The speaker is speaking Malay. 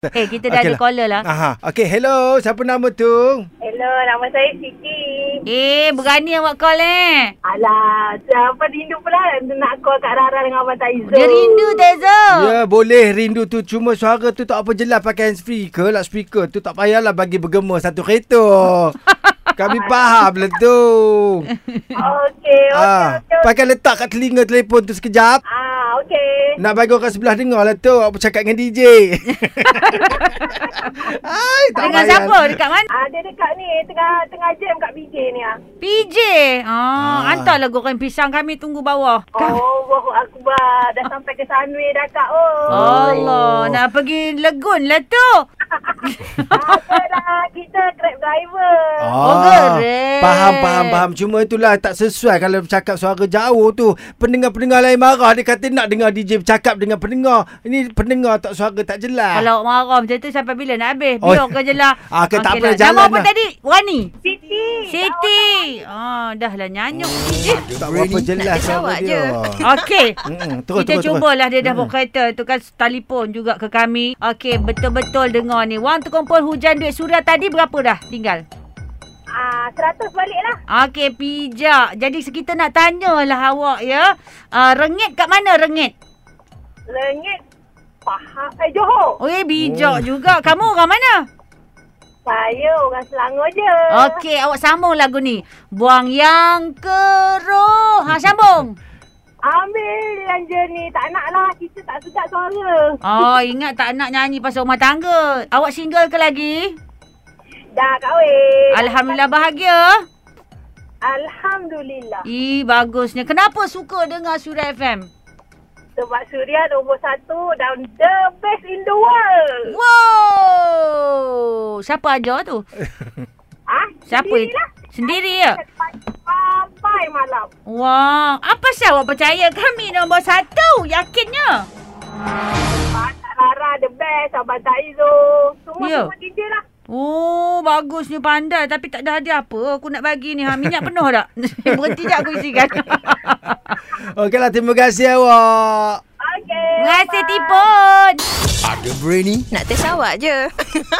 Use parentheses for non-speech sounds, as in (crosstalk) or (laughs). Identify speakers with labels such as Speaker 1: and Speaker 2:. Speaker 1: Eh, kita dah
Speaker 2: Okey
Speaker 1: ada caller lah.
Speaker 2: Aha. Okey, hello. Siapa nama tu?
Speaker 3: Hello, nama saya Siti.
Speaker 1: Eh, berani awak call eh.
Speaker 3: Alah, siapa rindu pula nak call Kak Rara dengan Abang Taizul.
Speaker 1: Dia rindu Tezo.
Speaker 2: Ya, boleh rindu tu. Cuma suara tu tak apa jelas pakai handsfree ke, loudspeaker tu tak payahlah bagi bergema satu
Speaker 1: (laughs)
Speaker 2: kereta. Kami faham lah tu.
Speaker 3: Okey, okey,
Speaker 2: Ah,
Speaker 3: okey.
Speaker 2: pakai letak kat telinga telefon tu sekejap.
Speaker 3: Ah, okey.
Speaker 2: Nak bagi orang sebelah dengar lah tu Apa cakap dengan
Speaker 1: (laughs)
Speaker 2: DJ Ay, tak
Speaker 1: Dengan
Speaker 2: payah.
Speaker 1: siapa? Dekat mana?
Speaker 3: Ah, dia dekat ni, tengah tengah jam kat BJ ni ah.
Speaker 1: PJ. Oh,
Speaker 2: Ah.
Speaker 1: hantarlah goreng pisang kami tunggu bawah.
Speaker 3: Oh, Allahu Akbar. Dah sampai ke Sunway dah Kak. Oh.
Speaker 1: Allah, nak pergi Legun lah tu.
Speaker 3: Apalah, Ah, kita Grab driver.
Speaker 1: Oh, correct.
Speaker 2: Ah, Faham, faham, faham Cuma itulah tak sesuai Kalau bercakap suara jauh tu Pendengar-pendengar lain marah Dia kata nak dengar DJ bercakap dengan pendengar Ini pendengar tak suara tak jelas
Speaker 1: Kalau awak marah macam tu sampai bila nak habis?
Speaker 2: Ah. Oh.
Speaker 1: Biarkan je lah.
Speaker 2: (laughs) Ah, okey, tak
Speaker 1: Okey
Speaker 2: apa,
Speaker 1: lah.
Speaker 2: jalan
Speaker 1: Nama apa
Speaker 2: lah.
Speaker 1: tadi? Wani?
Speaker 3: Siti.
Speaker 1: Siti. Ah, dah lah nyanyuk.
Speaker 2: Tak berapa jelas suara
Speaker 4: Awak je.
Speaker 2: dia
Speaker 1: Okey.
Speaker 2: Mm-mm, Hmm, terus,
Speaker 1: Kita
Speaker 2: terus, Hmm. terus.
Speaker 1: cubalah dia dah bawa kereta tu kan telefon juga ke kami. Okey, betul-betul dengar ni. Wang terkumpul hujan duit suria tadi berapa dah tinggal?
Speaker 3: Ah, 100 balik lah.
Speaker 1: Okey, pijak. Jadi kita nak tanyalah awak ya. Uh, rengit kat mana rengit?
Speaker 3: Lengit. Faham. Eh, Johor.
Speaker 1: Oh, eh, bijak juga. Kamu orang mana?
Speaker 3: Saya orang Selangor je.
Speaker 1: Okey, awak sambung lagu ni. Buang yang keruh. Ha, sambung.
Speaker 3: Ambil yang jernih. Tak nak lah. Kita tak sedap suara.
Speaker 1: Oh, ingat tak nak nyanyi pasal rumah tangga. Awak single ke lagi?
Speaker 3: Dah kahwin.
Speaker 1: Alhamdulillah bahagia.
Speaker 3: Alhamdulillah.
Speaker 1: Ih, bagusnya. Kenapa suka dengar Surah FM?
Speaker 3: Sebab Suria nombor satu dan the best in the world.
Speaker 1: Wow! Siapa ajar tu?
Speaker 3: Ah,
Speaker 1: Siapa?
Speaker 3: sendirilah.
Speaker 1: Sendiri ya?
Speaker 3: Sampai malam.
Speaker 1: Wah, apa sah awak percaya kami nombor satu? Yakinnya?
Speaker 3: Pak Rara the best. Abang Taizul. Semua
Speaker 1: Ya.
Speaker 3: yeah. semua DJ lah.
Speaker 1: Oh, bagusnya pandai. Tapi tak ada hadiah apa. Aku nak bagi ni. Ha, minyak penuh tak? (laughs) Berhenti je aku isikan.
Speaker 2: (laughs)
Speaker 1: (laughs)
Speaker 2: Okeylah, terima kasih awak
Speaker 3: Okay.
Speaker 1: Terima kasih, Tipon.
Speaker 4: Nak test awak je